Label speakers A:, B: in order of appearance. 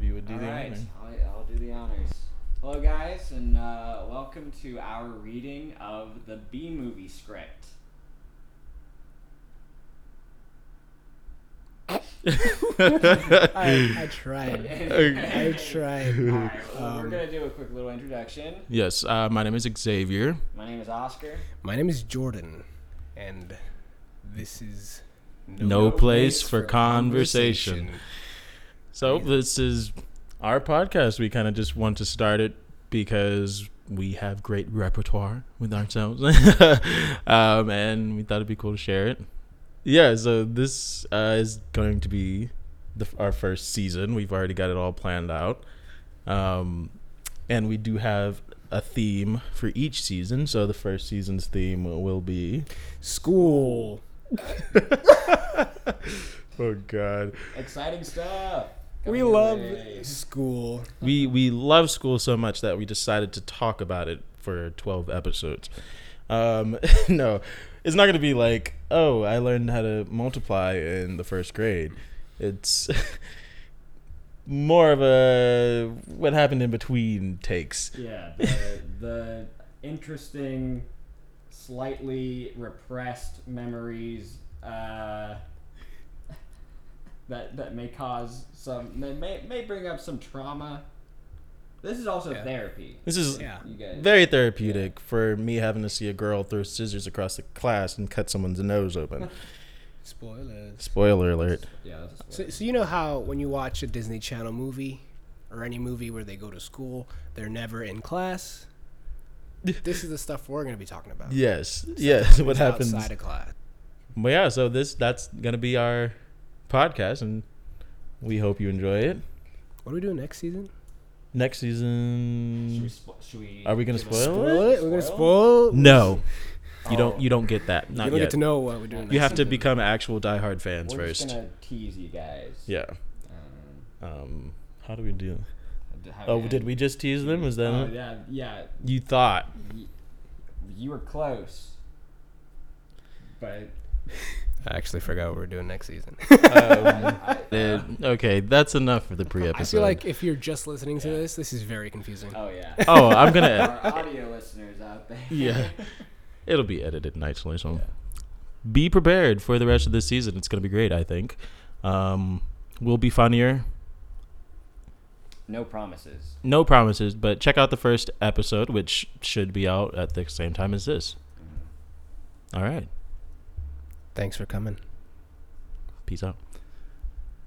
A: do
B: All
A: the
B: right,
A: honor.
B: I'll, I'll do the honors. Hello, guys, and uh, welcome to our reading of the B movie script.
C: I, I tried. I
B: All
C: tried.
B: right, well, we're
C: Um,
B: gonna do a quick little introduction.
A: Yes, uh, my name is Xavier.
B: My name is Oscar.
C: My name is Jordan, and this is
A: No place for conversation. So this is our podcast. We kind of just want to start it because we have great repertoire with ourselves, um, and we thought it'd be cool to share it. Yeah, so this uh, is going to be the, our first season. We've already got it all planned out, um, and we do have a theme for each season. So the first season's theme will be
C: School.
A: oh god,
B: Exciting stuff.
C: We
B: coming
C: love
B: your way.
C: school.
A: we we love school so much that we decided to talk about it for 12 episodes um no it's not gonna be like oh i learned how to multiply in the first grade it's more of a what happened in between takes
B: Yeah, the, the interesting, slightly repressed memories uh, that that may cause some that may may bring up some trauma. This is also
C: Yeah.
B: therapy.
A: this is
C: Yeah.
B: You guys,
A: very therapeutic for me having to see a girl throw scissors across the class and cut someone's nose open
C: Spoilers.
A: spoiler alert
B: yeah, that's a spoiler.
C: So, so you know how when you watch a Disney Channel movie or any movie where they go to school, they're never in class. This is the stuff we're going to be talking about.
A: yes yes what
C: It's
A: happens
C: outside of class?
A: But yeah, so this that's gonna be our podcast, and we hope you enjoy it.
C: What are we doing next season?
A: Next
B: Should we,
A: season,
B: spo- should we
A: Mm. are we gonna
B: give a-
A: spoil it?
C: Spoil it? We're going to spoil.
A: No, you
B: Oh.
A: don't. You don't get that. Not
C: You don't
A: yet.
C: get to know what we're doing.
A: you
C: next
A: have to
C: season.
A: become actual diehard fans
B: We're
A: first.
B: just gonna tease you guys.
A: Yeah.
B: Um,
A: Um. How do we do?
B: d- how
A: Oh,
B: do
A: did we just tease them? Was that
C: Uh,
B: Oh,
A: it?
B: yeah, yeah.
A: you thought?
B: y- You were close, but
C: I actually forgot what we're doing next season.
B: I,
A: Uh, okay, that's enough for the pre-episode.
C: I feel like if you're just listening to
B: Yeah.
C: this, this is very confusing.
B: oh yeah.
A: oh, I'm
B: our
A: gonna.
B: audio listeners out there.
A: yeah. It'll be edited nicely, so be prepared for the rest of this season. It's going to be great, I think. Um, we'll be funnier.
B: No promises.
A: No promises, but check out the first episode, which should be out at the same time as this. All right.
C: Thanks for coming.
A: Peace out.